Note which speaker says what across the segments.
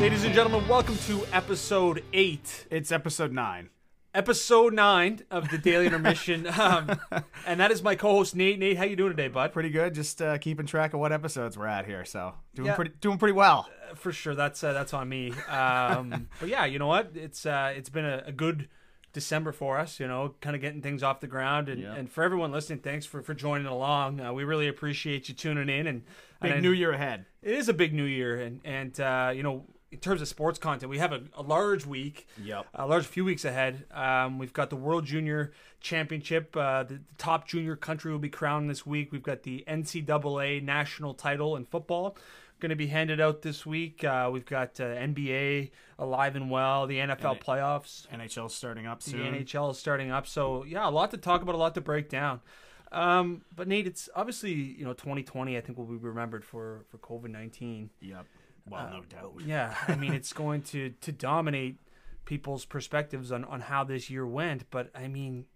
Speaker 1: Ladies and gentlemen, welcome to episode eight,
Speaker 2: It's episode nine.
Speaker 1: episode nine of the Daily Intermission, um, and that is my co-host Nate. Nate, how you doing today, bud?
Speaker 2: Pretty good. Just uh, keeping track of what episodes we're at here. So doing
Speaker 1: Yeah.
Speaker 2: pretty doing pretty well.
Speaker 1: For sure, that's uh, that's on me. Um, but yeah, you know what? It's uh, it's been a, a good December for us. You know, kind of getting things off the ground, and,
Speaker 2: Yeah.
Speaker 1: and for everyone listening, thanks for for joining along. Uh, we really appreciate you tuning in, and
Speaker 2: Big
Speaker 1: and-
Speaker 2: new year ahead.
Speaker 1: it is a big new year and and uh, you know in terms of sports content we have a, a large week
Speaker 2: Yep.
Speaker 1: a large few weeks ahead um, we've got the world junior championship uh, the, the top junior country will be crowned this week we've got the ncaa national title in football going to be handed out this week uh, we've got uh, nba alive and well the nfl
Speaker 2: it-
Speaker 1: playoffs
Speaker 2: NHL starting up
Speaker 1: the
Speaker 2: soon.
Speaker 1: nhl is starting up so yeah a lot to talk about a lot to break down um, but Nate, it's obviously you know 2020. I think will be remembered for for COVID 19.
Speaker 2: Yep. Well, no doubt.
Speaker 1: Uh, Yeah, I mean, it's going to to dominate people's perspectives on on how this year went. But I mean,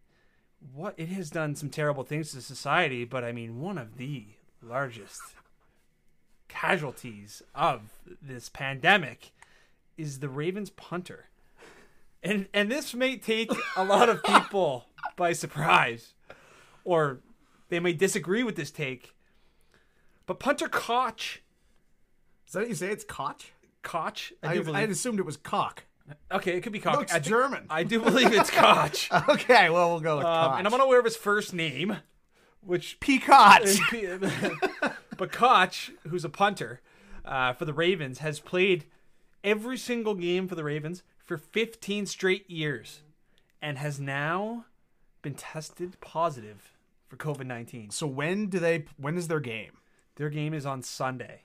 Speaker 1: what it has done some terrible things to society. But I mean, one of the largest casualties of this pandemic is the Ravens punter, and and this may take a lot of people by surprise, or they may disagree with this take. But punter Koch,
Speaker 2: Is that what you say? It's Koch.
Speaker 1: Koch, I,
Speaker 2: I,
Speaker 1: do
Speaker 2: I
Speaker 1: believe.
Speaker 2: had assumed it was cock.
Speaker 1: Okay, it could be Koch.
Speaker 2: No, it's
Speaker 1: I think-
Speaker 2: German.
Speaker 1: I do believe it's Koch. um,
Speaker 2: Okay. Well, we'll go with Koch.
Speaker 1: and I'm unaware of his first name, which.
Speaker 2: Peacock.
Speaker 1: but Koch, who's a punter uh, for the Ravens, has played every single game for the Ravens for 15 straight years and has now been tested positive for COVID 19.
Speaker 2: so when do they? When is their game?
Speaker 1: Their game is on Sunday.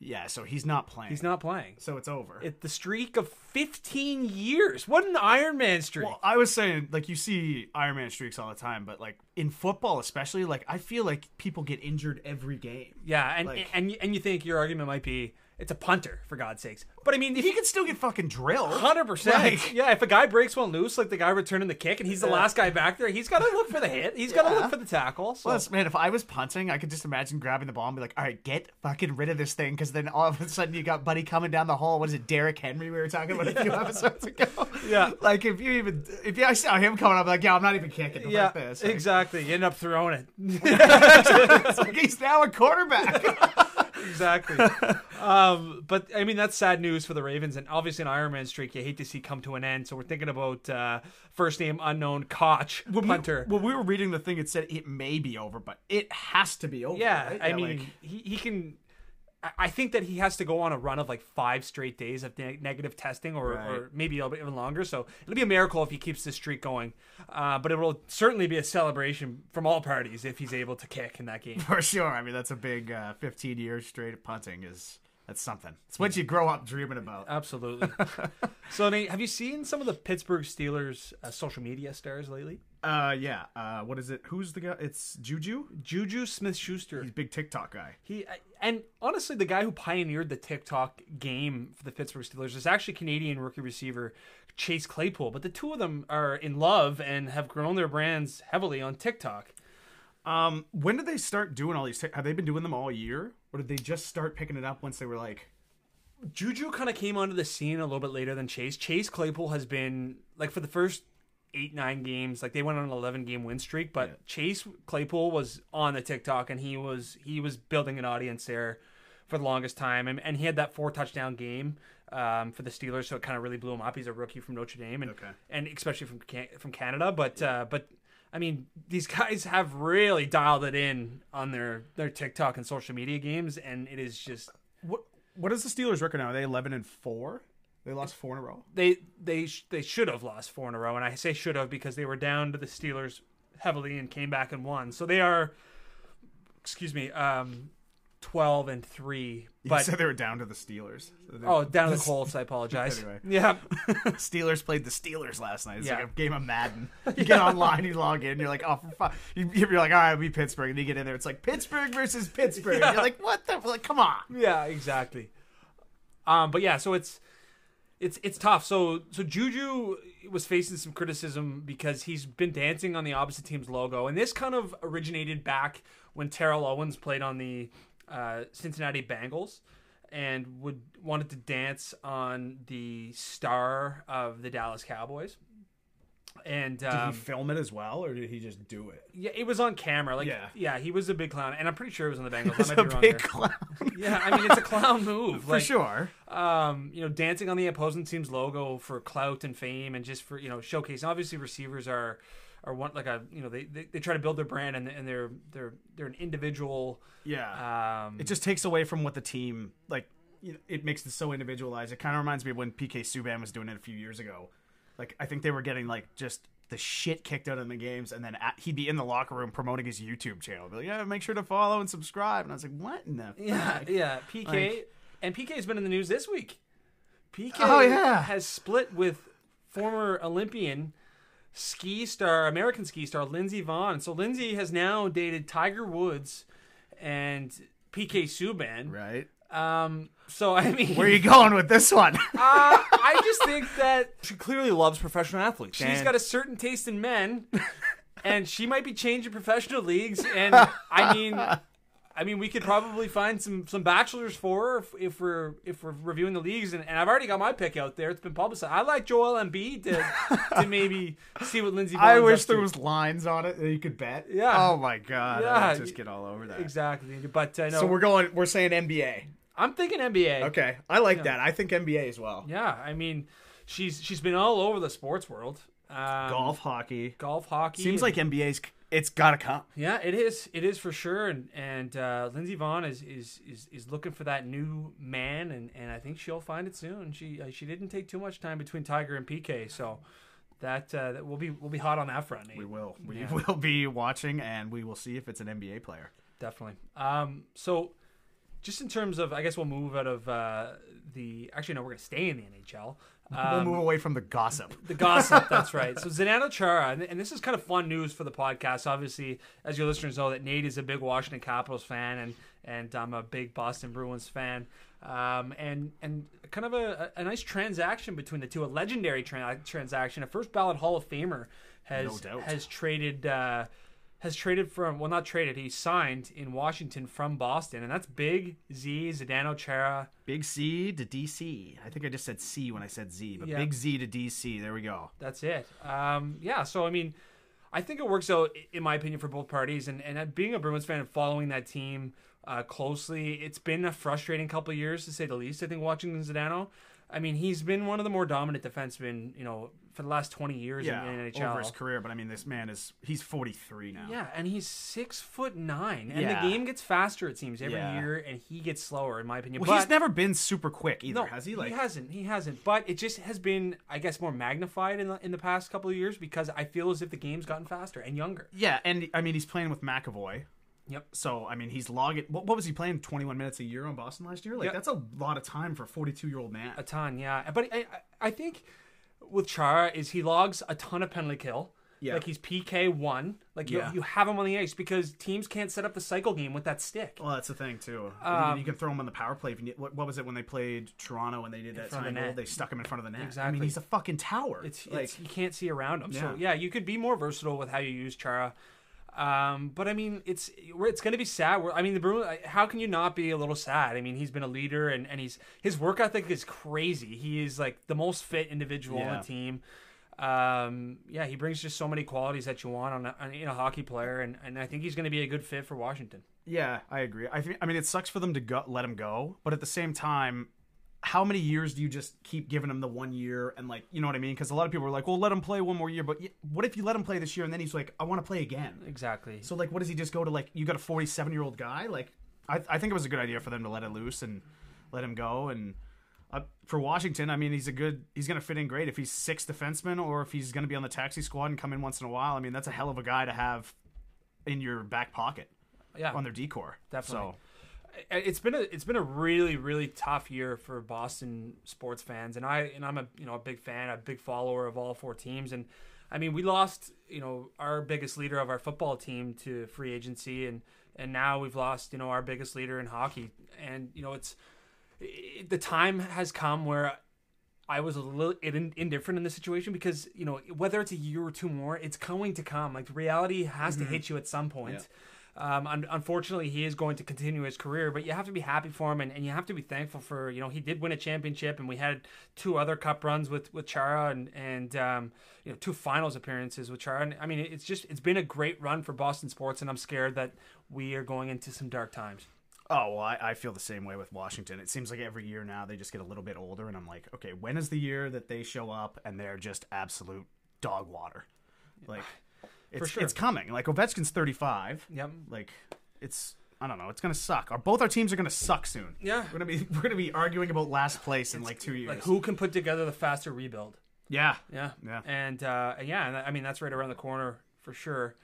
Speaker 2: Yeah. So he's not playing.
Speaker 1: He's not playing.
Speaker 2: So it's over.
Speaker 1: It, the streak of 15 years. What an Iron Man streak.
Speaker 2: Well, I was saying, like, you see Iron Man streaks all the time, but, like, in football especially, like, I feel like people get injured every game.
Speaker 1: Yeah, and
Speaker 2: Like-
Speaker 1: and and you think your argument might be it's a punter for God's sakes, but I mean if
Speaker 2: He
Speaker 1: you
Speaker 2: could still get fucking drilled.
Speaker 1: hundred percent,
Speaker 2: Like-
Speaker 1: yeah, if a guy breaks one loose, like the guy returning the kick, and he's the last guy back there, he's got to look for the hit, he's got to look for the tackle. So
Speaker 2: Plus, man, if I was punting, I could just imagine grabbing the ball and be like, all right, get fucking rid of this thing, because then all of a sudden you got Buddy coming down the hall. What is it, Derrick Henry we were talking about a few episodes ago?
Speaker 1: Yeah.
Speaker 2: Like, if you even, if I saw him coming up, like, yeah, I'm not even kicking.
Speaker 1: yeah,
Speaker 2: Fuck this. Like,
Speaker 1: exactly. You end up throwing it.
Speaker 2: it's like he's now a quarterback.
Speaker 1: exactly. um, but I mean, that's sad news for the Ravens, and obviously an Iron Man streak you hate to see come to an end. So we're thinking about uh, first name unknown Koch punter.
Speaker 2: When we were reading the thing, it said it may be over, but it has to be over.
Speaker 1: Yeah,
Speaker 2: right?
Speaker 1: I mean, he, he can. I- I think that he has to go on a run of like five straight days of ne- negative testing, or, or
Speaker 2: Right.
Speaker 1: maybe a little bit even longer. So it'll be a miracle if he keeps this streak going. Uh, but it will certainly be a celebration from all parties if he's able to kick in that game.
Speaker 2: For sure. I mean, that's a big uh, 15 years straight of punting is that's something. It's what you grow up dreaming about.
Speaker 1: Absolutely. so Nate, have you seen some of the Pittsburgh Steelers uh, social media stars lately?
Speaker 2: Uh, yeah. Uh, what is it? Who's the guy? It's Juju.
Speaker 1: Juju Smith-Schuster.
Speaker 2: He's a big TikTok guy.
Speaker 1: He I- and honestly, the guy who pioneered the TikTok game for the Pittsburgh Steelers is actually Canadian rookie receiver Chase Claypool. But the two of them are in love and have grown their brands heavily on TikTok.
Speaker 2: Um, when did they start doing all these? Tik- have they been doing them all year, or did they just start picking it up once they were like?
Speaker 1: Juju kind of came onto the scene a little bit later than Chase. Chase Claypool has been like for the first eight nine games, like they went on an eleven game win streak. But Chase Claypool was on the TikTok and he was he was building an audience there for the longest time, and, and he had that four touchdown game um, for the Steelers, so it kind of really blew him up. He's a rookie from Notre Dame, and
Speaker 2: Okay.
Speaker 1: and especially from Can- from Canada, but uh, but. I mean, these guys have really dialed it in on their, their TikTok and social media games, and it is just
Speaker 2: What What is the Steelers record now? Are they eleven and four? They lost four in a row.
Speaker 1: they they sh- they should have lost four in a row, and I say should have because they were down to the Steelers heavily and came back and won. So they are, excuse me, um, twelve and three.
Speaker 2: But
Speaker 1: But
Speaker 2: said they were down to the Steelers. So they-
Speaker 1: oh, down to the Colts. I apologize.
Speaker 2: Anyway.
Speaker 1: Yeah,
Speaker 2: Steelers played the Steelers last night. It's
Speaker 1: Yeah.
Speaker 2: like a game of Madden. You get online, you log in, you're like, oh, for fuck. You, you're like, all right, we Pittsburgh. And you get in there, it's like Pittsburgh versus Pittsburgh. You're like, what the? Like, come on.
Speaker 1: yeah, exactly. Um, but yeah, so it's it's it's tough. So so Juju was facing some criticism because he's been dancing on the opposite team's logo, and this kind of originated back when Terrell Owens played on the uh, Cincinnati Bengals, and would wanted to dance on the star of the Dallas Cowboys. And
Speaker 3: Did
Speaker 1: um,
Speaker 3: he film it as well, or did he just do it?
Speaker 1: yeah, it was on camera. Like, yeah.
Speaker 3: Yeah.
Speaker 1: he was a big clown, and I'm pretty sure it was on the Bengals.
Speaker 2: It's
Speaker 1: I
Speaker 2: a
Speaker 1: might be wrong
Speaker 2: big
Speaker 1: there.
Speaker 2: clown
Speaker 1: Yeah, I mean it's a clown move
Speaker 2: for
Speaker 1: like,
Speaker 2: sure.
Speaker 1: um, you know, dancing on the opposing team's logo for clout and fame and just for, you know, showcasing. Obviously receivers are are one like a you know, they, they, they try to build their brand and, and they're they're they're an individual
Speaker 2: Yeah.
Speaker 1: um
Speaker 2: it just takes away from what the team like. You know, it makes it so individualized. It kind of reminds me of when PK Subban was doing it a few years ago. Like I think they were getting like just the shit kicked out of the games, and then at, he'd be in the locker room promoting his YouTube channel. Be like, yeah, make sure to follow and subscribe. And I was like, what in the?
Speaker 1: Yeah,
Speaker 2: fuck?
Speaker 1: yeah. PK
Speaker 2: Like-
Speaker 1: and PK's been in the news this week. PK
Speaker 2: Oh, yeah.
Speaker 1: has split with former Olympian ski star, American ski star Lindsey Vaughn. So Lindsey has now dated Tiger Woods and PK Subban.
Speaker 2: Right.
Speaker 1: Um, so I mean,
Speaker 2: Where are you going with this one?
Speaker 1: uh, I just think that
Speaker 3: She clearly loves professional athletes.
Speaker 1: she's got a certain taste in men, and she might be changing professional leagues. And I mean, I mean, we could probably find some some bachelors for her if, if we're if we're reviewing the leagues. And, and I've already got my pick out there; it's been publicized. I like Joel Embiid to to maybe see what Lindsay.
Speaker 2: I
Speaker 1: Vaughn's
Speaker 2: wish
Speaker 1: up
Speaker 2: there
Speaker 1: to.
Speaker 2: was lines on it that you could bet.
Speaker 1: Yeah.
Speaker 2: Oh my god.
Speaker 1: Yeah,
Speaker 2: I would just
Speaker 1: you-
Speaker 2: get all over that.
Speaker 1: exactly, but uh, no,
Speaker 2: So we're going. We're saying NBA.
Speaker 1: I'm thinking NBA.
Speaker 2: Okay. I like that. I think NBA as well.
Speaker 1: Yeah, I mean, she's she's been all over the sports world. Um,
Speaker 2: Golf, hockey.
Speaker 1: golf, hockey.
Speaker 2: Seems
Speaker 1: and-
Speaker 2: like NBA's. It's gotta come.
Speaker 1: Yeah, it is. It is for sure. And and uh, Lindsey Vaughn is, is is is looking for that new man, and and I think she'll find it soon. She uh, she didn't take too much time between Tiger and PK, so that uh, that we'll be we'll be hot on that front. Nate.
Speaker 2: We will. We
Speaker 1: Yeah.
Speaker 2: will be watching, and we will see if it's an NBA player.
Speaker 1: Definitely. Um. So, just in terms of, I guess we'll move out of uh, the. Actually, no, we're gonna stay in the NHL. Um,
Speaker 2: we'll move away from the gossip.
Speaker 1: The gossip, that's right. So Zdeno Chara, and- and this is kind of fun news for the podcast. Obviously, as your listeners know, that Nate is a big Washington Capitals fan, and and I'm a big Boston Bruins fan. Um, and and kind of a, a a nice transaction between the two, a legendary tra- transaction, a first ballot Hall of Famer has
Speaker 2: No doubt.
Speaker 1: has traded. Uh, has traded from well, not traded. He signed in Washington from Boston, and that's big Z Zdeno Chara.
Speaker 2: Big C to DC. I think I just said C when I said Z, but
Speaker 1: Yeah.
Speaker 2: Big Z to DC. There we go.
Speaker 1: That's it. Um, yeah. So I mean, I think it works out, i- in my opinion, for both parties. And and uh, being a Bruins fan and following that team uh, closely, it's been a frustrating couple of years to say the least. I think watching Zidane. I mean, he's been one of the more dominant defensemen, you know, for the last twenty years
Speaker 2: Yeah,
Speaker 1: in, in NHL.
Speaker 2: over his career, but I mean, this man is—he's 43 now.
Speaker 1: Yeah, and he's six foot nine, and
Speaker 2: Yeah.
Speaker 1: the game gets faster. It seems every
Speaker 2: Yeah.
Speaker 1: year, and he gets slower, in my opinion.
Speaker 2: Well,
Speaker 1: but,
Speaker 2: he's never been super quick either, has he? Like,
Speaker 1: he hasn't. He hasn't. But it just has been, I guess, more magnified in the, in the past couple of years because I feel as if the game's gotten faster and younger.
Speaker 2: yeah, and I mean, he's playing with McAvoy.
Speaker 1: Yep.
Speaker 2: So I mean, he's logging. What, what was he playing? 21 minutes a year on Boston last year. Like,
Speaker 1: Yep.
Speaker 2: that's a lot of time for a 42 year old man.
Speaker 1: A ton, yeah. But I, I, I think with Chara is he logs a ton of penalty kill.
Speaker 2: Yeah.
Speaker 1: Like he's PK one. Like you,
Speaker 2: Yeah.
Speaker 1: you have him on the ice because teams can't set up the cycle game with that stick.
Speaker 2: Well, that's the thing too. I
Speaker 1: Um,
Speaker 2: mean, you can throw him on the power play. If you need, what, what was it when they played Toronto and they did that
Speaker 1: front of
Speaker 2: time
Speaker 1: the
Speaker 2: goal?
Speaker 1: net.
Speaker 2: They stuck him in front of the net. I
Speaker 1: Exactly.
Speaker 2: mean, he's a fucking tower.
Speaker 1: It's,
Speaker 2: like
Speaker 1: it's you can't see around them. So
Speaker 2: Yeah.
Speaker 1: yeah, you could be more versatile with how you use Chara. Um, but I mean, it's we're- it's going to be sad. We're, I mean, the Bruins. I- How can you not be a little sad? I mean, he's been a leader, and and he's his work ethic is crazy. He is like the most fit individual on
Speaker 2: Yeah.
Speaker 1: the team. Um, yeah, he brings just so many qualities that you want on, a, on in a hockey player, and and I think he's going to be a good fit for Washington.
Speaker 2: yeah, I agree. I think I mean it sucks for them to go, let him go, but at the same time, how many years do you just keep giving him the one year and like you know what I mean? Because a lot of people are like, well, let him play one more year, but y- what if you let him play this year and then he's like, I want to play again?
Speaker 1: Exactly.
Speaker 2: So like, what does he just go to like? You got a 47 year old guy. Like, I I think it was a good idea for them to let it loose and let him go. And uh, for Washington, I mean, he's a good. He's gonna fit in great if he's sixth defenseman or if he's gonna be on the taxi squad and come in once in a while. I mean, that's a hell of a guy to have in your back pocket
Speaker 1: yeah.
Speaker 2: on their decor.
Speaker 1: Definitely.
Speaker 2: So
Speaker 1: I- it's been a it's been a really really tough year for Boston sports fans, and I and I'm a you know a big fan, a big follower of all four teams, and I mean we lost you know our biggest leader of our football team to free agency, and and now we've lost you know our biggest leader in hockey, and you know it's it, the time has come where I was a little in, indifferent in this situation because you know whether it's a year or two more, it's going to come. Like reality has to hit you at some point. Um, un- unfortunately, he is going to continue his career, but you have to be happy for him, and, and you have to be thankful for you know he did win a championship, and we had two other cup runs with with Chara, and and um, you know two finals appearances with Chara. And I mean, it's just it's been a great run for Boston sports, and I'm scared that we are going into some dark times.
Speaker 2: Oh well, I, I feel the same way with Washington. It seems like every year now they just get a little bit older, and I'm like, okay, when is the year that they show up and they're just absolute dog water? Like, it's
Speaker 1: sure.
Speaker 2: it's coming. Like Ovechkin's 35.
Speaker 1: Yep.
Speaker 2: Like, it's I don't know. It's gonna suck. Our both our teams are gonna suck soon.
Speaker 1: Yeah.
Speaker 2: We're gonna be we're gonna be arguing about last place in like two years.
Speaker 1: Like who can put together the faster rebuild?
Speaker 2: Yeah.
Speaker 1: Yeah.
Speaker 2: Yeah.
Speaker 1: And uh, yeah, and I mean that's right around the corner for sure.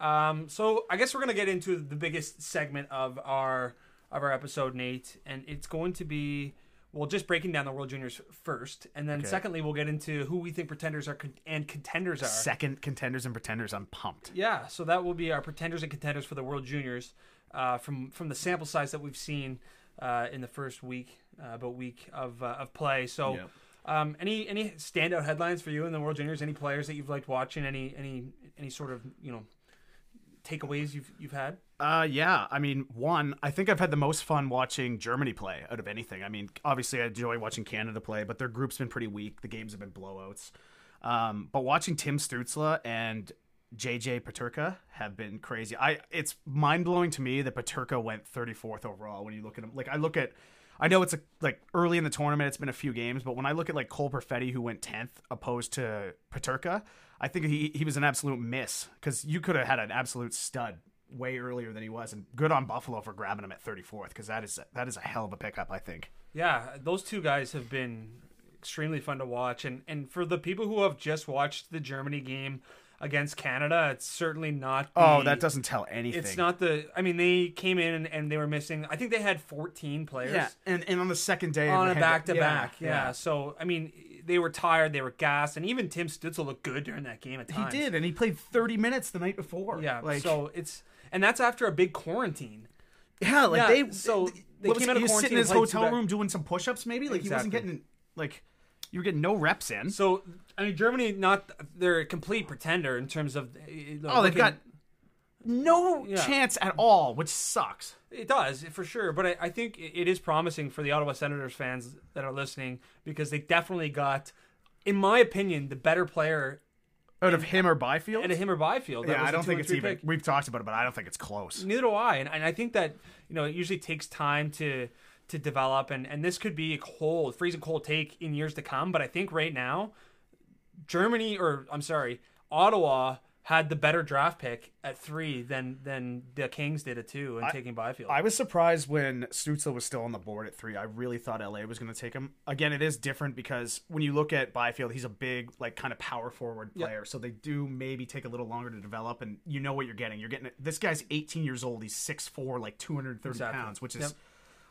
Speaker 1: Um, so I guess we're gonna get into the biggest segment of our of our episode, Nate, and it's going to be well just breaking down the World Juniors first, and then secondly we'll get into who we think pretenders are con- and contenders are.
Speaker 2: Second contenders and pretenders. I'm pumped.
Speaker 1: Yeah, so that will be our pretenders and contenders for the World Juniors uh, from from the sample size that we've seen uh, in the first week, uh, about week of uh, of play. So,
Speaker 3: Yep.
Speaker 1: um, any any standout headlines for you in the World Juniors? Any players that you've liked watching? Any any any sort of you know takeaways you've you've had?
Speaker 2: Uh, yeah. I mean, one, I think I've had the most fun watching Germany play out of anything. I mean, obviously, I enjoy watching Canada play, but their group's been pretty weak. The games have been blowouts. Um, but watching Tim Stutzla and JJ Paterka have been crazy. I it's mind blowing to me that Paterka went 34th overall. When you look at him, like I look at, I know it's a, like early in the tournament. It's been a few games, but when I look at like Cole Perfetti, who went 10th, opposed to Paterka, I think he he was an absolute miss because you could have had an absolute stud way earlier than he was, and good on Buffalo for grabbing him at 34th because that is that is a hell of a pickup. I think.
Speaker 1: Yeah, those two guys have been extremely fun to watch, and and for the people who have just watched the Germany game against Canada, it's certainly not.
Speaker 2: Oh,
Speaker 1: the-
Speaker 2: that doesn't tell anything.
Speaker 1: It's not the. I mean, they came in and, and they were missing. I think they had 14 players
Speaker 2: Yeah, and, and on the second day
Speaker 1: on a
Speaker 2: we had-
Speaker 1: back to
Speaker 2: yeah,
Speaker 1: back. Yeah. So I mean, they were tired. They were gassed, and even Tim Stützle looked good during that game at
Speaker 2: He
Speaker 1: times.
Speaker 2: did, and he played 30 minutes the night before.
Speaker 1: Yeah.
Speaker 2: like
Speaker 1: so it's and that's after a big quarantine.
Speaker 2: yeah, like
Speaker 1: yeah,
Speaker 2: they
Speaker 1: so
Speaker 2: th-
Speaker 1: they
Speaker 2: what
Speaker 1: came
Speaker 2: was-
Speaker 1: out of
Speaker 2: he was
Speaker 1: quarantine
Speaker 2: sitting in
Speaker 1: and
Speaker 2: his
Speaker 1: played two
Speaker 2: hotel
Speaker 1: back-
Speaker 2: room doing some push-ups, maybe. Like he wasn't
Speaker 1: Exactly.
Speaker 2: getting like you were getting no reps in.
Speaker 1: So I mean, Germany not they're a complete pretender in terms of. you know,
Speaker 2: oh, they've
Speaker 1: looking-
Speaker 2: got no
Speaker 1: Yeah.
Speaker 2: chance at all, which sucks.
Speaker 1: It does for sure, but I, I think it it is promising for the Ottawa Senators fans that are listening because they definitely got, in my opinion, the better player
Speaker 2: Out of him or Byfield?
Speaker 1: and a him or Byfield. That
Speaker 2: yeah,
Speaker 1: was
Speaker 2: I
Speaker 1: a
Speaker 2: don't
Speaker 1: two
Speaker 2: think
Speaker 1: and
Speaker 2: it's
Speaker 1: three
Speaker 2: even.
Speaker 1: pick.
Speaker 2: We've talked about it, but I don't think it's close.
Speaker 1: Neither do I, and, and I think that you know it usually takes time to to develop, and and this could be a cold, freezing cold take in years to come. But I think right now, Germany or I'm sorry, Ottawa had the better draft pick at three than than the Kings did at two and taking Byfield.
Speaker 2: I was surprised when Stutzel was still on the board at three. I really thought LA was going to take him. Again, it is different because when you look at Byfield, he's a big, like, kind of power forward player. So they do maybe take a little longer to develop, and you know what you're getting. You're getting this guy's 18 years old. He's 6'4, like 230
Speaker 1: Exactly.
Speaker 2: pounds, which is
Speaker 1: Yep.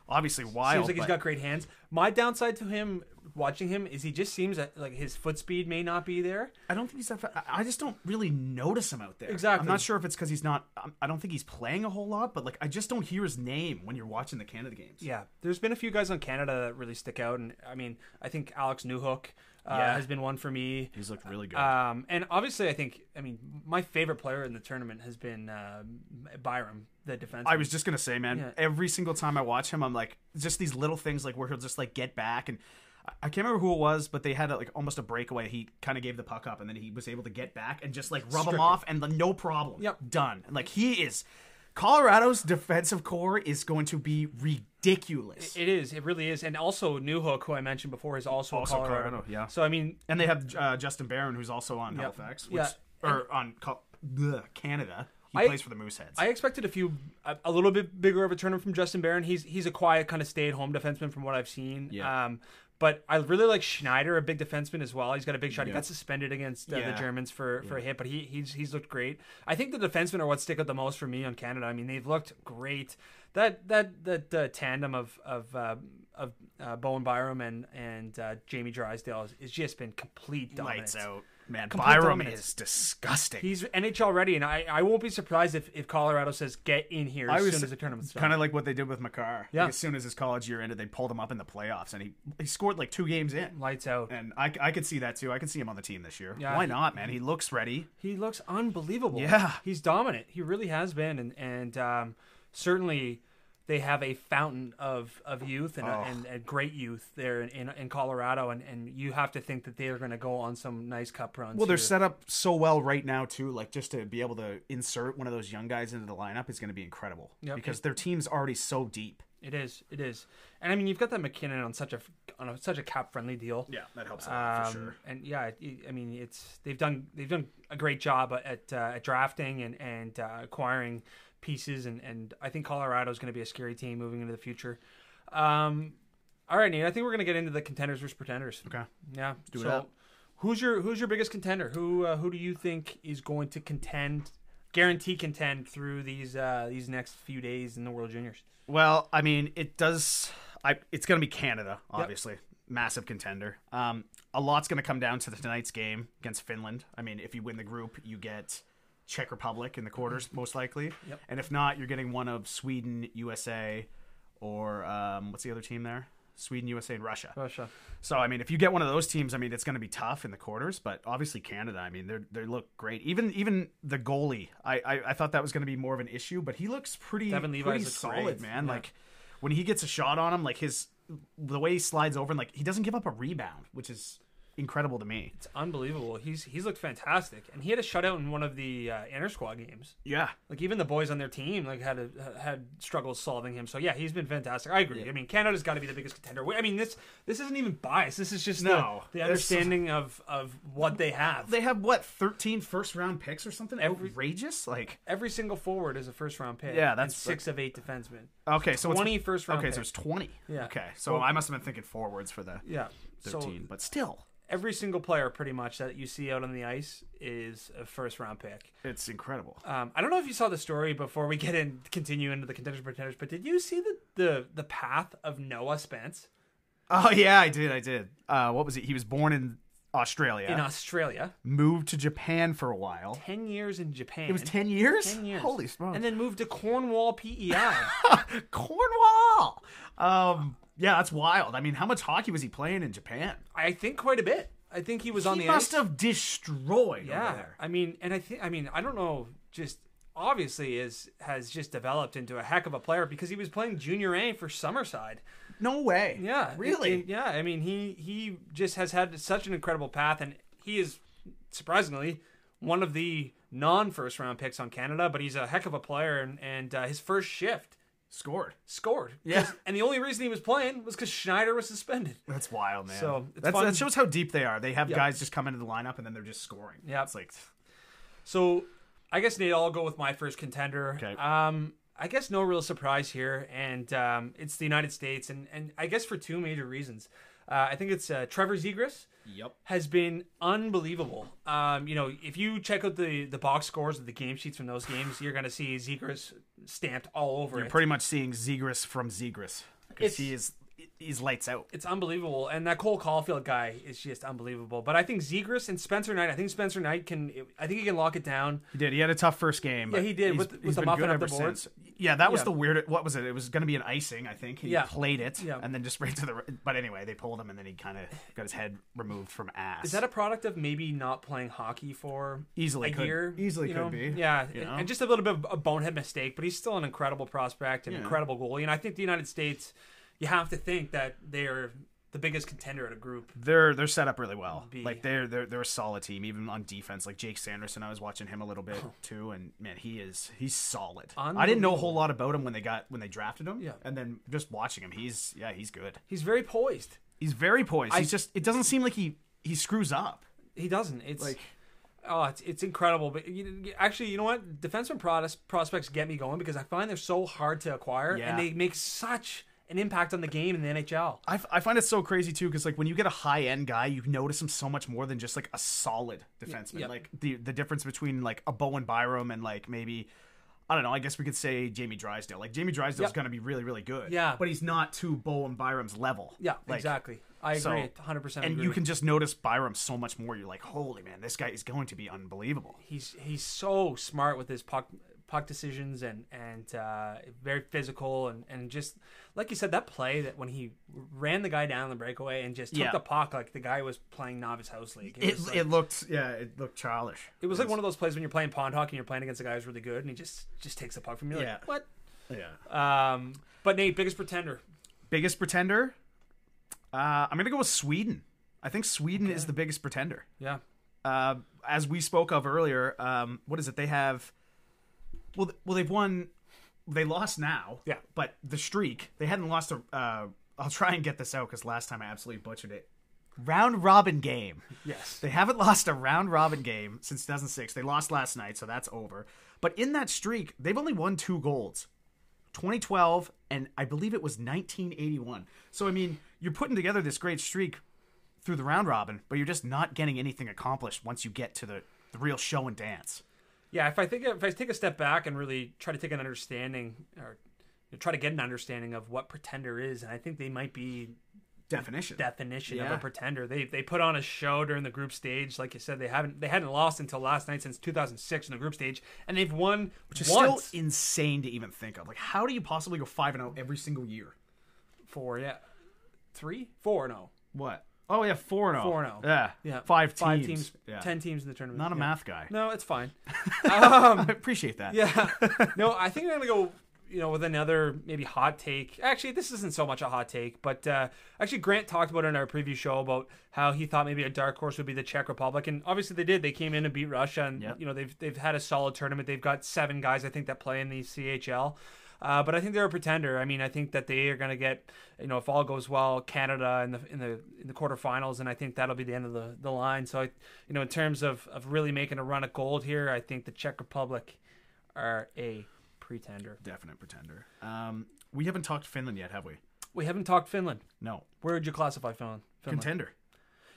Speaker 2: obviously
Speaker 1: Seems
Speaker 2: wild.
Speaker 1: like he's
Speaker 2: but-
Speaker 1: got great hands. My downside to him watching him is he just seems that, like his foot speed may not be there.
Speaker 2: I don't think he's that. Fa- I- I just don't really notice him out there.
Speaker 1: Exactly.
Speaker 2: I'm not sure if it's because he's not. I'm- I don't think he's playing a whole lot, but like I just don't hear his name when you're watching the Canada games.
Speaker 1: Yeah, there's been a few guys on Canada that really stick out, and I mean, I think Alex Newhook uh,
Speaker 2: Yeah.
Speaker 1: has been one for me.
Speaker 2: He's looked really good.
Speaker 1: Um, and obviously, I think I mean my favorite player in the tournament has been um Byram, the defense.
Speaker 2: I was just gonna say, man.
Speaker 1: Yeah.
Speaker 2: Every single time I watch him, I'm like, just these little things like where he'll just like get back, and I- I can't remember who it was, but they had like almost a breakaway. He kind of gave the puck up, and then he was able to get back and just like rub him off, and the, no problem.
Speaker 1: Yep.
Speaker 2: done. And, like he is. Colorado's defensive core is going to be ridiculous,
Speaker 1: It is. It really is. And also Newhook, who I mentioned before, is also, a
Speaker 2: Also
Speaker 1: Colorado.
Speaker 2: Colorado, yeah.
Speaker 1: So I mean,
Speaker 2: and they have uh, Justin Barron, who's also on Halifax, which,
Speaker 1: Yeah.
Speaker 2: or on Col- bleh, Canada. He
Speaker 1: I-
Speaker 2: plays for the Mooseheads.
Speaker 1: I expected a few, a, a little bit bigger of a tournament from Justin Barron. He's he's a quiet kind of stay at home defenseman from what I've seen.
Speaker 2: Yeah.
Speaker 1: Um, but I really like Schneider, a big defenseman as well. He's got a big shot. He got suspended against uh,
Speaker 2: Yeah.
Speaker 1: the Germans for, for a hit, but he he's he's looked great. I think the defensemen are what stick out the most for me on Canada. I mean, they've looked great. That that that uh, tandem of of uh, of uh, Bowen Byram and and uh, Jamie Drysdale has, has just been complete dominance.
Speaker 2: Lights out. Man,
Speaker 1: Complete
Speaker 2: Byram
Speaker 1: dominance.
Speaker 2: is disgusting.
Speaker 1: He's NHL ready, and I, I won't be surprised if, if Colorado says get in here as
Speaker 2: I was
Speaker 1: soon as the tournament's done.
Speaker 2: kind of like what they did with Makar.
Speaker 1: Yeah.
Speaker 2: Like, as soon as his college year ended, they pulled him up in the playoffs, and he he scored like two games in.
Speaker 1: lights out.
Speaker 2: And I, I could see that too. I could see him on the team this year.
Speaker 1: Yeah.
Speaker 2: Why not, man? He looks ready.
Speaker 1: He looks unbelievable.
Speaker 2: Yeah.
Speaker 1: he's dominant. He really has been, and and um, certainly they have a fountain of, of youth and,
Speaker 2: Oh.
Speaker 1: and, and great youth there in, in, in Colorado, and, and you have to think that they are going to go on some nice cup runs.
Speaker 2: Well, they're
Speaker 1: here.
Speaker 2: set up so well right now too. Like just to be able to insert one of those young guys into the lineup is going to be incredible
Speaker 1: Yep.
Speaker 2: because their team's already so deep.
Speaker 1: It is, it is, and I mean you've got that McKinnon on such a on a, such a cap friendly deal.
Speaker 2: Yeah, that helps
Speaker 1: Um, And yeah, it- it- I mean, it's they've done they've done a great job at, uh, at drafting and and uh, acquiring pieces, and and I think Colorado's going to be a scary team moving into the future. Um, all right, Nate, I think we're going to get into the contenders versus pretenders.
Speaker 2: Okay.
Speaker 1: Yeah.
Speaker 2: do it
Speaker 1: so,
Speaker 2: up.
Speaker 1: who's your who's your biggest contender? Who uh, who do you think is going to contend? Guarantee contend through these uh, these next few days in the World Juniors.
Speaker 2: Well, I mean, it does. I it's going to be Canada, obviously, massive contender. Um, a lot's going to come down to the tonight's game against Finland. I mean, if you win the group, you get Czech Republic in the quarters most likely,
Speaker 1: Yep.
Speaker 2: and if not, you're getting one of Sweden, USA, or um, what's the other team there? Sweden, USA, and Russia.
Speaker 1: Russia.
Speaker 2: So I mean, if you get one of those teams, I mean, it's going to be tough in the quarters. But obviously, Canada. I mean, they they look great. Even even the goalie, I, I I thought that was going to be more of an issue, but he looks pretty
Speaker 1: Devin Levi
Speaker 2: pretty
Speaker 1: looks
Speaker 2: solid,
Speaker 1: great.
Speaker 2: man.
Speaker 1: Yeah.
Speaker 2: Like when he gets a shot on him, like his the way he slides over and like he doesn't give up a rebound, which is incredible to me.
Speaker 1: It's unbelievable. He's he's looked fantastic, and he had a shutout in one of the uh, inter squad games.
Speaker 2: Yeah,
Speaker 1: Like even the boys on their team like had a, had struggles solving him. So yeah, he's been fantastic. I agree. I mean, Canada's got to be the biggest contender. I mean, this this isn't even bias. This is just the-
Speaker 2: No.
Speaker 1: the,
Speaker 2: There's-
Speaker 1: understanding of of what they have.
Speaker 2: they have what 13 first round picks or something
Speaker 1: Every-
Speaker 2: outrageous. Like
Speaker 1: Every single forward is a first round pick.
Speaker 2: Yeah,
Speaker 1: and
Speaker 2: that's-
Speaker 1: six of eight defensemen.
Speaker 2: okay, so it's
Speaker 1: 20 first round
Speaker 2: Okay,
Speaker 1: picks.
Speaker 2: so it's 20.
Speaker 1: Yeah.
Speaker 2: Okay, so I must have been thinking forwards for the
Speaker 1: Yeah,
Speaker 2: 13,
Speaker 1: so
Speaker 2: but still,
Speaker 1: every single player pretty much that you see out on the ice is a first round pick.
Speaker 2: it's incredible.
Speaker 1: Um, I don't know if you saw the story before we get in continue into the contenders pretenders, but did you see the the the path of Noah Spence
Speaker 2: Oh yeah, I did. I did. Uh, what was it? He was born in Australia,
Speaker 1: in Australia?
Speaker 2: moved to Japan for a while.
Speaker 1: Ten years in Japan.
Speaker 2: It was ten years.
Speaker 1: 10 years.
Speaker 2: Holy smokes!
Speaker 1: And then moved to Cornwall E PEI.
Speaker 2: Cornwall. Um, yeah, that's wild. I mean, how much hockey was he playing in Japan?
Speaker 1: I think quite a bit. I think he was on
Speaker 2: he
Speaker 1: the
Speaker 2: must
Speaker 1: ice.
Speaker 2: have destroyed.
Speaker 1: Yeah.
Speaker 2: Over there.
Speaker 1: I mean, and I think I mean, I don't know, just obviously is has just developed into a heck of a player because he was playing junior A for Summerside.
Speaker 2: No way.
Speaker 1: Yeah.
Speaker 2: Really.
Speaker 1: And- and- yeah. I mean, he he just has had such an incredible path, and he is surprisingly one of the non first round picks on Canada, but he's a heck of a player, and, and uh, his first shift
Speaker 2: Scored.
Speaker 1: scored.
Speaker 2: Yeah.
Speaker 1: 'Cause- And the only reason he was playing was because Schneider was suspended.
Speaker 2: That's wild, man.
Speaker 1: So, it's
Speaker 2: that's,
Speaker 1: fun.
Speaker 2: that shows how deep they are. They have
Speaker 1: Yeah.
Speaker 2: guys just come into the lineup and then they're just scoring.
Speaker 1: Yeah.
Speaker 2: it's like
Speaker 1: So I guess Nate, I'll go with my first contender.
Speaker 2: Okay.
Speaker 1: Um, I guess no real surprise here, and um, it's the United States, and and I guess for two major reasons. Uh, I think it's uh, Trevor Zegras.
Speaker 2: Yep.
Speaker 1: Has been unbelievable. Um, you know, if you check out the the box scores of the game sheets from those games, you're gonna see Zegras stamped all over it.
Speaker 2: pretty much seeing Zegris from Zegris because
Speaker 1: It's-
Speaker 2: he is he's lights out.
Speaker 1: it's unbelievable. And that Cole Caulfield guy is just unbelievable. But I think Zegras and Spencer Knight. I think Spencer Knight can. I think he can lock it down.
Speaker 2: He did. He had a tough first game.
Speaker 1: Yeah,
Speaker 2: but
Speaker 1: he did,
Speaker 2: he's-
Speaker 1: with- with
Speaker 2: he's
Speaker 1: the
Speaker 2: been
Speaker 1: muffin
Speaker 2: good
Speaker 1: up the
Speaker 2: ever
Speaker 1: board.
Speaker 2: since. Yeah, that was
Speaker 1: Yeah.
Speaker 2: the weird. What was it? It was going to be an icing, I think. He
Speaker 1: Yeah.
Speaker 2: played it,
Speaker 1: Yeah.
Speaker 2: and then just ran to the. But anyway, they pulled him, and then he kind of got his head removed from ass.
Speaker 1: Is that a product of maybe not playing hockey for
Speaker 2: Easily
Speaker 1: a
Speaker 2: could-
Speaker 1: year?
Speaker 2: easily
Speaker 1: you
Speaker 2: could
Speaker 1: know?
Speaker 2: be,
Speaker 1: Yeah,
Speaker 2: you
Speaker 1: and-
Speaker 2: know?
Speaker 1: and just a little bit of a bonehead mistake, but he's still an incredible prospect, an
Speaker 2: Yeah.
Speaker 1: incredible goalie, and I think the United States, you have to think that they are the biggest contender at a group.
Speaker 2: They're they're set up really well.
Speaker 1: Be-
Speaker 2: Like they're they're they're a solid team, even on defense. Like Jake Sanderson, I was watching him a little bit too, and man, he is he's solid. I didn't know a whole lot about him when they got when they drafted him.
Speaker 1: Yeah.
Speaker 2: and then just watching him, he's yeah, he's good.
Speaker 1: He's very poised.
Speaker 2: He's very poised. he's just it doesn't seem like he he screws up.
Speaker 1: He doesn't. It's like, oh, it's, it's incredible. But you, you- actually, you know what? Defenseman pros- prospects get me going because I find they're so hard to acquire,
Speaker 2: Yeah.
Speaker 1: and they make such an impact on the game in the NHL.
Speaker 2: I, f- I find it so crazy too because like when you get a high end guy, you notice him so much more than just like a solid defenseman.
Speaker 1: yeah.
Speaker 2: Like the the difference between like a Bowen Byram and like maybe I don't know. I guess we could say Jamie Drysdale. Like Jamie Drysdale's
Speaker 1: Yep.
Speaker 2: going to be really, really good.
Speaker 1: Yeah.
Speaker 2: but he's not to Bowen Byram's level.
Speaker 1: Yeah,
Speaker 2: Like,
Speaker 1: exactly. I
Speaker 2: so-
Speaker 1: agree, 100. percent
Speaker 2: And you can just notice Byram so much more. You're like, holy man, this guy is going to be unbelievable.
Speaker 1: He's he's so smart with his puck puck decisions and and uh, very physical and and just like you said that play that when he ran the guy down on the breakaway and just took
Speaker 2: Yeah.
Speaker 1: the puck like the guy was playing novice house league. It,
Speaker 2: It,
Speaker 1: was like,
Speaker 2: it looked, yeah, it looked childish.
Speaker 1: it was like one of those plays when you're playing pond hockey and you're playing against a guy who's really good and he just just takes the puck from you. Like,
Speaker 2: Yeah.
Speaker 1: What?
Speaker 2: yeah.
Speaker 1: Um, but Nate, biggest pretender.
Speaker 2: Biggest pretender? Uh, I'm gonna go with Sweden. I think Sweden is the biggest pretender.
Speaker 1: Yeah.
Speaker 2: Uh, as we spoke of earlier, um, what is it? They have well, th- well, they've won. They lost now.
Speaker 1: Yeah.
Speaker 2: but the streak they hadn't lost. A, uh, I'll try and get this out because last time I absolutely butchered it. Round robin game.
Speaker 1: Yes.
Speaker 2: They haven't lost a round robin game since 2006. They lost last night, so that's over. But in that streak, they've only won two golds 2012, and I believe it was 1981. So, I mean, you're putting together this great streak through the round robin, but you're just not getting anything accomplished once you get to the, the real show and dance.
Speaker 1: Yeah, if I think if I take a step back and really try to take an understanding or try to get an understanding of what pretender is, and I think they might be
Speaker 2: Definition.
Speaker 1: definition of
Speaker 2: Yeah.
Speaker 1: a pretender. They they put on a show during the group stage, like you said, they haven't they hadn't lost until last night since 2006 in the group stage, and they've won
Speaker 2: Which is
Speaker 1: once
Speaker 2: still e- insane to even think of. Like, how do you possibly go 5 and 0 every single year?
Speaker 1: four, yeah, three, four, no,
Speaker 2: What? Oh, yeah, 4 and 0.
Speaker 1: 4 and 0.
Speaker 2: Yeah.
Speaker 1: yeah,
Speaker 2: Five teams.
Speaker 1: five teams,
Speaker 2: Yeah.
Speaker 1: ten teams in the tournament.
Speaker 2: Not a
Speaker 1: yeah.
Speaker 2: math guy.
Speaker 1: No, it's fine. Um,
Speaker 2: I appreciate that.
Speaker 1: Yeah. no, I think I'm gonna go. You know, with another maybe hot take. Actually, this isn't so much a hot take, but uh, actually Grant talked about it in our preview show about how he thought maybe a dark horse would be the Czech Republic, and obviously they did. They came in and beat Russia, and
Speaker 2: Yep.
Speaker 1: you know they've they've had a solid tournament. They've got seven guys I think that play in the CHL. Uh, but I think they're a pretender. I mean, I think that they are going to get, you know, if all goes well, Canada in the in the in the quarterfinals, and I think that'll be the end of the, the line. So, I, you know, in terms of, of really making a run at gold here, I think the Czech Republic are a pretender.
Speaker 2: definite pretender. Um, we haven't talked Finland yet, have we?
Speaker 1: We haven't talked Finland.
Speaker 2: No,
Speaker 1: Where would you classify Finland? Finland.
Speaker 2: contender.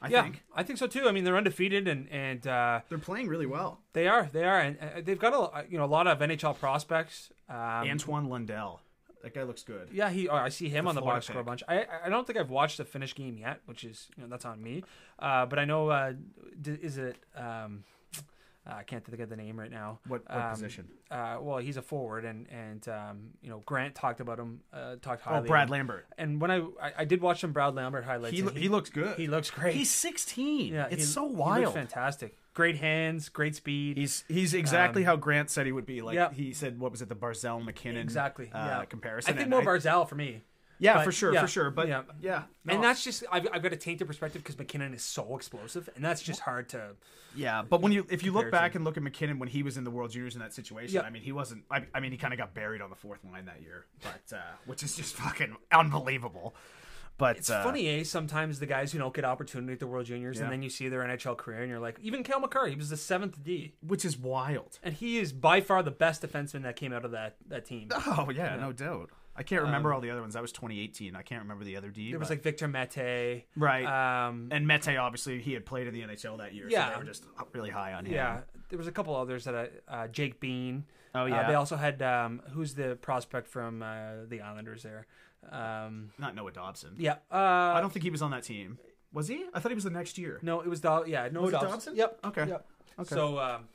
Speaker 2: I
Speaker 1: yeah,
Speaker 2: think
Speaker 1: I think so too. I mean, they're undefeated, and and uh,
Speaker 2: they're playing really well.
Speaker 1: they are they are, and uh, they've got a you know a lot of NHL prospects. Um,
Speaker 2: Antoine Lundell, that guy looks good.
Speaker 1: Yeah, he. Oh, I see him on the
Speaker 2: Florida
Speaker 1: box score a
Speaker 2: pick.
Speaker 1: bunch. I I don't think I've watched the Finnish game yet, which is you know that's on me. Uh, but I know uh, d- is it. Um, I can't think of the name right now.
Speaker 2: What, what
Speaker 1: Um,
Speaker 2: position?
Speaker 1: Uh, well, he's a forward, and and um, you know Grant talked about him, uh, talked highly.
Speaker 2: Oh,
Speaker 1: of
Speaker 2: Brad
Speaker 1: him.
Speaker 2: Lambert.
Speaker 1: And when I, I I did watch some Brad Lambert highlights,
Speaker 2: He,
Speaker 1: and
Speaker 2: lo- he looks good.
Speaker 1: he looks great.
Speaker 2: he's 16.
Speaker 1: yeah,
Speaker 2: it's
Speaker 1: he-
Speaker 2: so
Speaker 1: he looks
Speaker 2: wild.
Speaker 1: fantastic. Great hands, great speed.
Speaker 2: he's he's
Speaker 1: Um,
Speaker 2: exactly how Grant said he would be. Like
Speaker 1: yeah.
Speaker 2: he said, what was it, the Barzell McKinnon
Speaker 1: exactly.
Speaker 2: uh,
Speaker 1: yeah. I
Speaker 2: comparison?
Speaker 1: think
Speaker 2: and
Speaker 1: more Barzell for me.
Speaker 2: Yeah,
Speaker 1: but-
Speaker 2: for sure,
Speaker 1: yeah,
Speaker 2: for sure. But yeah,
Speaker 1: yeah.
Speaker 2: no,
Speaker 1: And that's just I've, I've got a tainted perspective because McKinnon is so explosive, and that's just hard to.
Speaker 2: Yeah, but when you if you look
Speaker 1: Comparison.
Speaker 2: back and look at McKinnon when he was in the World Juniors in that situation,
Speaker 1: Yeah.
Speaker 2: I mean he wasn't. I, I mean he kind of got buried on the fourth line that year, but uh, which is just fucking unbelievable. But uh,
Speaker 1: It's funny, eh? Sometimes the guys who don't get opportunity at the World Juniors,
Speaker 2: Yeah.
Speaker 1: and then you see their NHL career, and you're like, even Kale McCarr, he was the seventh D,
Speaker 2: which is wild.
Speaker 1: and he is by far the best defenseman that came out of that that team.
Speaker 2: Oh yeah, Um, no doubt. I can't remember all the other ones. That was 2018. I can't remember the other D.
Speaker 1: There was
Speaker 2: but-
Speaker 1: like Victor Mete,
Speaker 2: right,
Speaker 1: um,
Speaker 2: and Mete obviously he had played in the NHL that year, so
Speaker 1: Yeah.
Speaker 2: they were just really high on him.
Speaker 1: yeah. There was a couple others that I, uh, Jake Bean.
Speaker 2: Oh,
Speaker 1: Uh,
Speaker 2: yeah.
Speaker 1: they also had um, who's the prospect from uh, the Islanders there. Um,
Speaker 2: not Noah Dobson.
Speaker 1: yeah, uh,
Speaker 2: I don't think he was on that team. Was he? I thought he was the next year.
Speaker 1: No, it was Dob. Yeah, no,
Speaker 2: Was it
Speaker 1: Dobson.
Speaker 2: Dobson?
Speaker 1: Yep.
Speaker 2: Okay.
Speaker 1: Yep.
Speaker 2: Okay.
Speaker 1: So, um,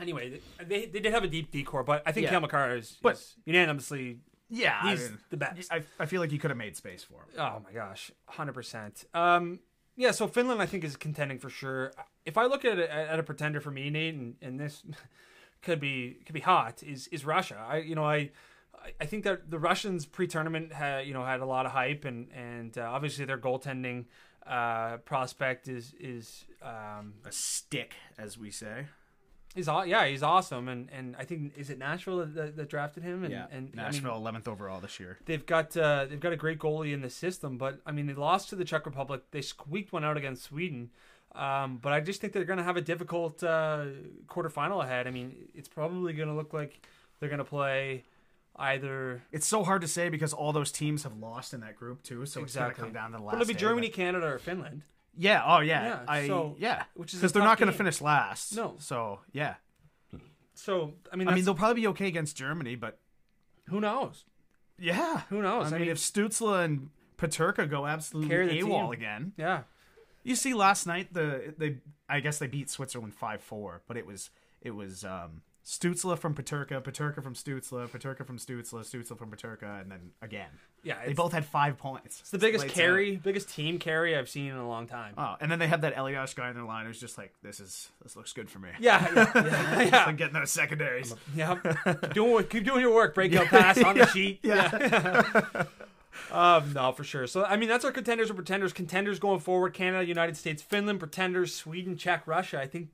Speaker 1: anyway, th- they, they did have a deep D core, but I think
Speaker 2: Yeah.
Speaker 1: yeah. Kamacar is,
Speaker 2: But-
Speaker 1: is unanimously
Speaker 2: Yeah, I
Speaker 1: he's
Speaker 2: mean,
Speaker 1: the best.
Speaker 2: I, I feel like you could have made space for him.
Speaker 1: Oh my gosh, hundred percent. Um, yeah. So Finland, I think, is contending for sure. If I look at a, at a pretender for me, Nate, and, and this could be could be hot is is Russia. I you know I. I- I think that the Russians pre-tournament had, you know, had a lot of hype, and and uh, obviously their goaltending uh, prospect is is um,
Speaker 2: a stick, as we say.
Speaker 1: He's aw- yeah, he's awesome, and and I think is it Nashville that, that, that drafted him, and,
Speaker 2: Yeah,
Speaker 1: and I
Speaker 2: Nashville
Speaker 1: mean,
Speaker 2: eleventh overall this year.
Speaker 1: they've got uh, they've got a great goalie in the system, but I mean they lost to the Czech Republic, they squeaked one out against Sweden, um, but I just think they're going to have a difficult uh, quarterfinal ahead. I mean it's probably going to look like they're going to play either
Speaker 2: It's so hard to say because all those teams have lost in that group too, so it's gonna
Speaker 1: Exactly.
Speaker 2: come down to the last.
Speaker 1: well, it'll be
Speaker 2: day,
Speaker 1: Germany, Canada, or Finland.
Speaker 2: but- Yeah. Oh yeah.
Speaker 1: Yeah,
Speaker 2: I
Speaker 1: so-
Speaker 2: yeah.
Speaker 1: which is a
Speaker 2: because they're
Speaker 1: tough
Speaker 2: not gonna
Speaker 1: game.
Speaker 2: finish last.
Speaker 1: No.
Speaker 2: So yeah.
Speaker 1: So I mean,
Speaker 2: I mean,
Speaker 1: that's-
Speaker 2: they'll probably be okay against Germany, but
Speaker 1: who knows?
Speaker 2: yeah,
Speaker 1: Who knows?
Speaker 2: I,
Speaker 1: I
Speaker 2: mean,
Speaker 1: mean-
Speaker 2: if Stutzla and Paterka go absolutely
Speaker 1: Carry the
Speaker 2: AWOL
Speaker 1: team.
Speaker 2: again,
Speaker 1: Yeah,
Speaker 2: you see last night the they I guess they beat Switzerland five four, but it was it was um, Stutzla from Paterka, Paterka from Stutzla, Paterka from Stutzla, Stutzla from Paterka, and then again
Speaker 1: yeah.
Speaker 2: they
Speaker 1: it's-
Speaker 2: both had five points.
Speaker 1: It's the biggest
Speaker 2: Lights
Speaker 1: carry, biggest team carry I've seen in a long time.
Speaker 2: out. Oh, and then they had that Eliash guy in their line who's just like, "This is this looks good for me."
Speaker 1: yeah, yeah, yeah,
Speaker 2: Just
Speaker 1: yeah.
Speaker 2: like getting those secondaries.
Speaker 1: yeah. Keep doing what- keep doing your work. Breakout pass on the sheet.
Speaker 2: yeah.
Speaker 1: Um, no, for sure. So I mean, that's our contenders and pretenders. Contenders going forward: Canada, United States, Finland. Pretenders: Sweden, Czech, Russia. I think.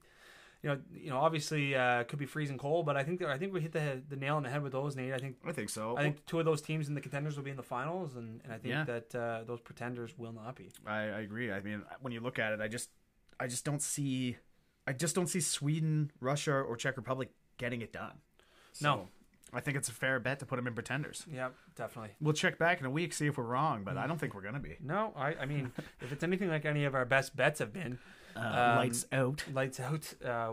Speaker 1: You know, you know, obviously uh, could be freezing cold, but I think that, I think we hit the the nail on the head with those, Nate. I think
Speaker 2: I think so.
Speaker 1: I think two of those teams in the contenders will be in the finals, and, and I think
Speaker 2: Yeah.
Speaker 1: that uh, those pretenders will not be.
Speaker 2: I, I agree. I mean, when you look at it, I just, I just don't see, I just don't see Sweden, Russia, or Czech Republic getting it done.
Speaker 1: No.
Speaker 2: I think it's a fair bet to put them in pretenders.
Speaker 1: Yeah, definitely.
Speaker 2: We'll check back in a week, see if we're wrong, but I don't think we're gonna be.
Speaker 1: No, I, I mean, if it's anything like any of our best bets have been, Um, lights
Speaker 2: out.
Speaker 1: lights out. Uh,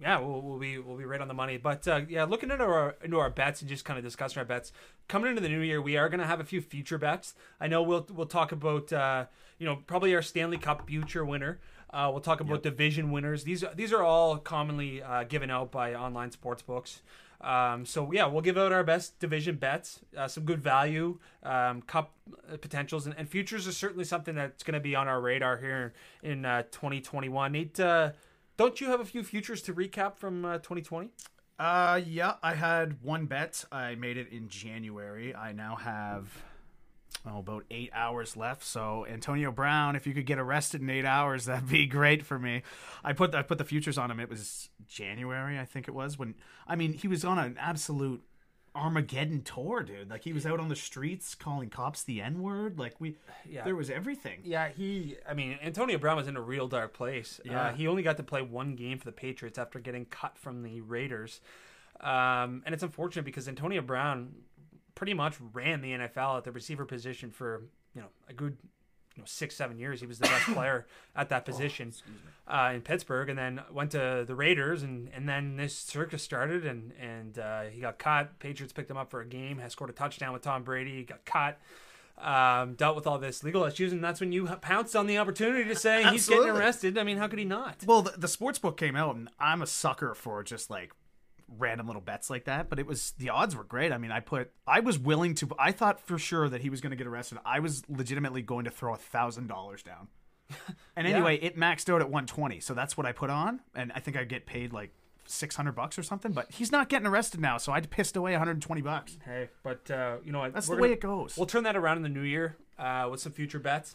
Speaker 1: yeah, we'll, we'll be we'll be right on the money. But uh, yeah, looking into our into our bets and just kind of discussing our bets coming into the new year, we are going to have a few future bets. I know we'll we'll talk about uh, you know probably our Stanley Cup future winner. Uh, we'll talk about division winners. These are- these are all commonly uh, given out by online sports books. Um, so yeah, we'll give out our best division bets, uh, some good value, um, cup uh, potentials, and, and futures is certainly something that's going to be on our radar here in uh, 2021. Nate, uh, don't you have a few futures to recap from uh, 2020?
Speaker 2: Uh, yeah, I had one bet. I made it in January. I now have oh, about eight hours left. So Antonio Brown, if you could get arrested in eight hours, that'd be great for me. I put I put the futures on him. It was January, I think it was when I mean he was on an absolute Armageddon tour, dude. Like he was out on the streets calling cops the N word. Like we,
Speaker 1: Yeah.
Speaker 2: there was everything.
Speaker 1: Yeah, he. I mean, Antonio Brown was in a real dark place.
Speaker 2: Yeah.
Speaker 1: Uh, he only got to play one game for the Patriots after getting cut from the Raiders, um, and it's unfortunate because Antonio Brown pretty much ran the NFL at the receiver position for you know a good you know, six seven years. He was the best player at that position uh, in Pittsburgh, and then went to the Raiders, and and then this circus started, and and uh, he got caught. Patriots picked him up for a game, has scored a touchdown with Tom Brady, he got caught. Um, dealt with all this legal issues, and that's when you pounced on the opportunity to say he's getting
Speaker 2: Absolutely.
Speaker 1: arrested. I mean, how could he not?
Speaker 2: Well, the, the sports book came out, and I'm a sucker for just like random little bets like that. But it was the odds were great. I mean, I put I was willing to. I thought for sure that he was going to get arrested. I was legitimately going to throw a thousand dollars down. And anyway, it maxed out at 120, so that's what I put on, and I think I get paid like 600 bucks or something. But he's not getting arrested now, so I pissed away 120 bucks.
Speaker 1: Hey, but uh, you know what?
Speaker 2: That's
Speaker 1: We're
Speaker 2: the way
Speaker 1: gonna-
Speaker 2: it goes.
Speaker 1: We'll turn that around in the new year uh, with some future bets.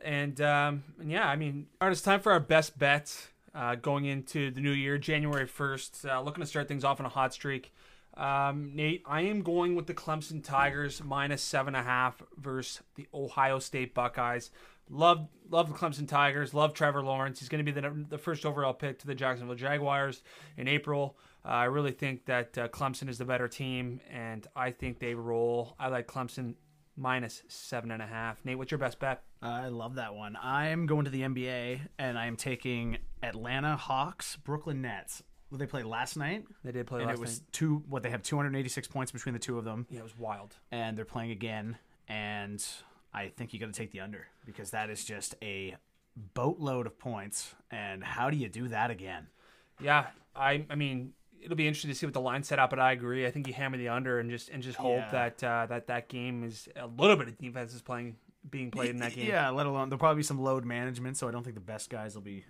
Speaker 1: And, um, and yeah, I mean, all right, it's time for our best bets uh, going into the new year, January 1st. Uh, looking to start things off on a hot streak. Um, Nate, I am going with the Clemson Tigers minus seven and a half versus the Ohio State Buckeyes. Love, love the Clemson Tigers. Love Trevor Lawrence. He's going to be the, the first overall pick to the Jacksonville Jaguars in April. Uh, I really think that uh, Clemson is the better team, and I think they roll. I like Clemson minus seven and a half. Nate, what's your best bet?
Speaker 2: I love that one. I am going to the NBA, and I am taking Atlanta Hawks, Brooklyn Nets. They played last night.
Speaker 1: They did play
Speaker 2: and
Speaker 1: last
Speaker 2: it was
Speaker 1: night.
Speaker 2: two what they have 286 points between the two of them
Speaker 1: Yeah, it was wild.
Speaker 2: and they're playing again and i think you got to take the under because that is just a boatload of points and how do you do that again
Speaker 1: Yeah, I I mean it'll be interesting to see what the line set up, but I agree. I think you hammer the under and just and just hope
Speaker 2: Yeah.
Speaker 1: that uh, that that game is a little bit of defense is playing being played in that game.
Speaker 2: yeah let alone there'll probably be some load management so i don't think the best guys will be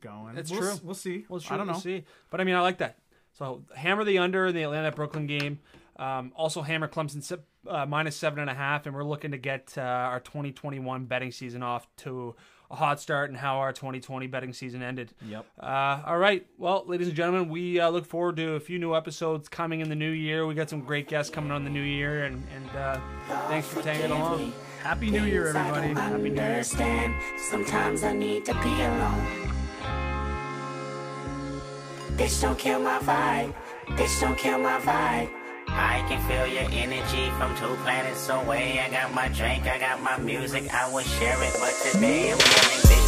Speaker 2: going
Speaker 1: That's
Speaker 2: we'll,
Speaker 1: true.
Speaker 2: s- we'll see
Speaker 1: Well, sure,
Speaker 2: i don't know
Speaker 1: We'll see. But I mean, I like that. So hammer the under in the Atlanta Brooklyn game. Um, also hammer Clemson se- uh, minus seven and a half, and we're looking to get uh, our 2021 betting season off to a hot start and how our 2020 betting season ended.
Speaker 2: Yep.
Speaker 1: Uh, all right. Well, ladies and gentlemen, we uh, look forward to a few new episodes coming in the new year. We got some great guests coming on the new year, and and uh, thanks for tagging along.
Speaker 2: happy new year
Speaker 4: Things I
Speaker 2: everybody
Speaker 4: don't
Speaker 2: happy new year
Speaker 4: Understand. Sometimes I need to be alone. Bitch, don't kill my vibe. Bitch, don't kill my vibe.
Speaker 5: I can feel your energy from two planets away. I got my drink, I got my music, I will share it, but today I'm feeling this